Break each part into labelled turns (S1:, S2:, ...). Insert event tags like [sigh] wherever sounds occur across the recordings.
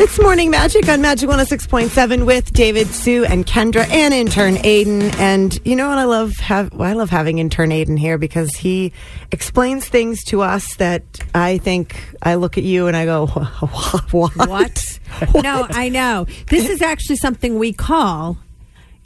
S1: It's Morning Magic on Magic 106.7 with David, Sue, and Kendra, and intern Aiden. And you know what I love? Have, well, I love having intern Aiden here because he explains things to us that I think I look at you and I go, [laughs] what?
S2: What? [laughs] what? No, I know. This is actually something we call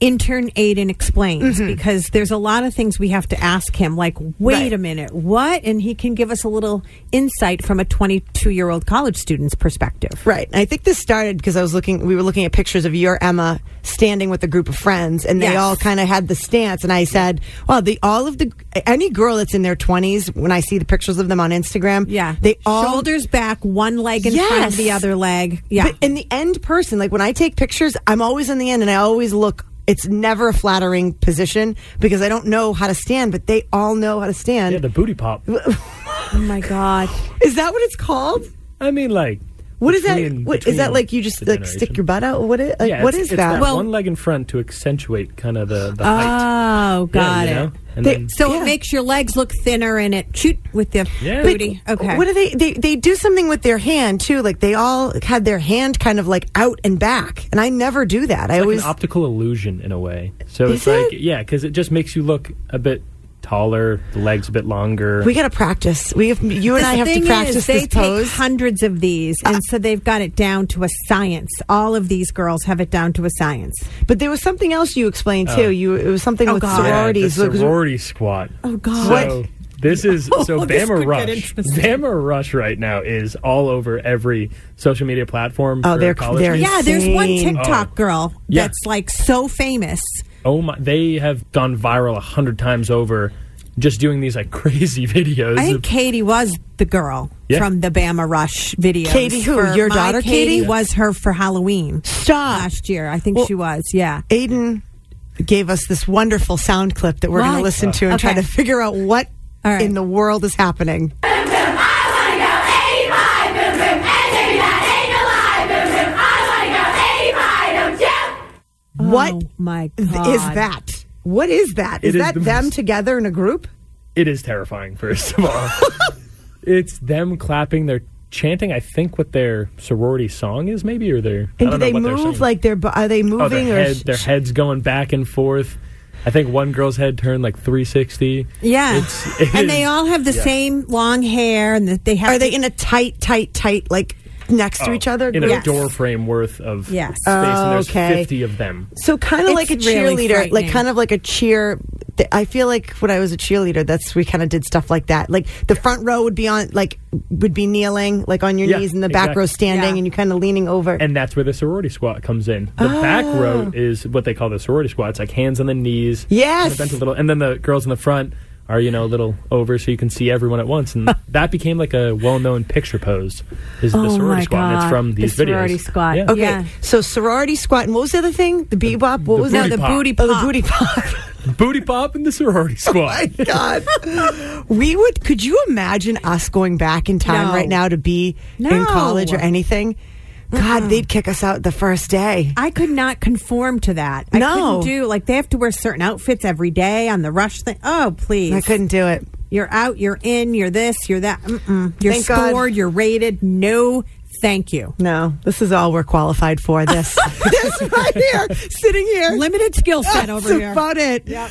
S2: intern Aiden explains mm-hmm. because there's a lot of things we have to ask him, like, wait right. a minute, what? And he can give us a little insight from a 22 year old college student's perspective.
S1: Right. And I think this started because I was looking, we were looking at pictures of your Emma standing with a group of friends, and they yes. all kind of had the stance. And I said, well, the all of the, any girl that's in their 20s, when I see the pictures of them on Instagram,
S2: yeah,
S1: they all.
S2: Shoulders back, one leg in yes. front of the other leg. Yeah.
S1: But in the end person, like when I take pictures, I'm always in the end and I always look it's never a flattering position because I don't know how to stand, but they all know how to stand.
S3: Yeah, the booty pop.
S2: oh my god,
S1: is that what it's called?
S3: I mean, like.
S1: What between, is that? What, is that like you just like stick your butt out? What is, like,
S3: yeah,
S1: what is
S3: that?
S1: that?
S3: Well, one leg in front to accentuate kind of the, the
S2: height. Oh, got yeah, it. You know? They, then, so yeah. it makes your legs look thinner and it shoot with the yeah. booty.
S1: But okay. What do they, they? They do something with their hand too. Like they all had their hand kind of like out and back, and I never do that.
S3: It's
S1: I
S3: like
S1: always
S3: optical illusion in a way. So it's like it? yeah, because it just makes you look a bit taller, the legs a bit longer.
S1: We got to practice. We have you and
S2: the
S1: I have to practice
S2: is, they
S1: this pose.
S2: Take hundreds of these, and uh, so they've got it down to a science. All of these girls have it down to a science.
S1: But there was something else you explained too. Uh, you it was something
S2: oh
S1: with
S2: God.
S1: sororities.
S3: Yeah, sorority squat.
S2: Oh God.
S3: So,
S1: [laughs]
S3: this is so oh, Bama Rush. Bama Rush right now is all over every social media platform.
S1: Oh, they're, they're
S2: yeah. There's one TikTok
S3: oh.
S2: girl that's yeah. like so famous
S3: oh my they have gone viral a hundred times over just doing these like [laughs] crazy videos.
S2: I think Katie was the girl yeah. from the Bama Rush video.
S1: Katie, who
S2: for
S1: your daughter?
S2: Katie,
S1: Katie yeah.
S2: was her for Halloween.
S1: Stop.
S2: Last year, I think well, she was. Yeah,
S1: Aiden gave us this wonderful sound clip that we're going to listen to and okay. try to figure out what right. in the world is happening. What
S2: oh my God.
S1: is that? What is that? Is, is that the them most... together in a group?
S3: It is terrifying. First
S1: [laughs]
S3: of all, it's them clapping. They're chanting. I think what their sorority song is, maybe, or their.
S1: And do they move? like they're are they moving? Oh,
S3: their,
S1: or
S3: head, their heads going back and forth. I think one girl's head turned like 360.
S2: Yeah. It's, it and is, they all have the yeah. same long hair and they have
S1: Are they in a tight tight tight like next oh, to each other Oh,
S3: in a yes. door frame worth of yes. space. and there's okay. fifty of them.
S1: So kind of like a cheerleader, really like kind of like a cheer. Th- I feel like when I was a cheerleader, that's we kind of did stuff like that. Like the front row would be on, like would be kneeling, like on your yeah, knees, and the exactly. back row standing, yeah. and you kind of leaning over.
S3: And that's where the sorority squat comes in. The oh. back row is what they call the sorority squat. It's like hands on the knees.
S1: Yes,
S3: kind of little, and then the girls in the front are you know a little over so you can see everyone at once and that became like a well-known picture pose is
S2: oh
S3: the sorority squat
S2: God.
S3: and it's from these
S2: the
S3: videos
S2: sorority squat
S3: yeah.
S1: okay
S2: yeah.
S1: so sorority squat and what was the other thing the bebop what
S3: the
S1: was
S2: no
S1: that?
S2: the booty pop
S1: oh, the booty pop [laughs]
S3: booty pop and the sorority squat
S1: oh my God we would could you imagine us going back in time
S2: no.
S1: right now to be
S2: no.
S1: in college or anything God, mm-hmm. they'd kick us out the first day.
S2: I could not conform to that.
S1: No.
S2: I couldn't do like they have to wear certain outfits every day on the rush thing. Oh, please.
S1: I couldn't do it.
S2: You're out, you're in, you're this, you're that. Mm-mm. You're thank scored, God. you're rated. No, thank you.
S1: No, this is all we're qualified for.
S2: [laughs]
S1: This, this right here, sitting here,
S2: limited skill
S1: [laughs]
S2: set
S1: That's
S2: [laughs] over here.
S1: That's about it.
S2: Yep.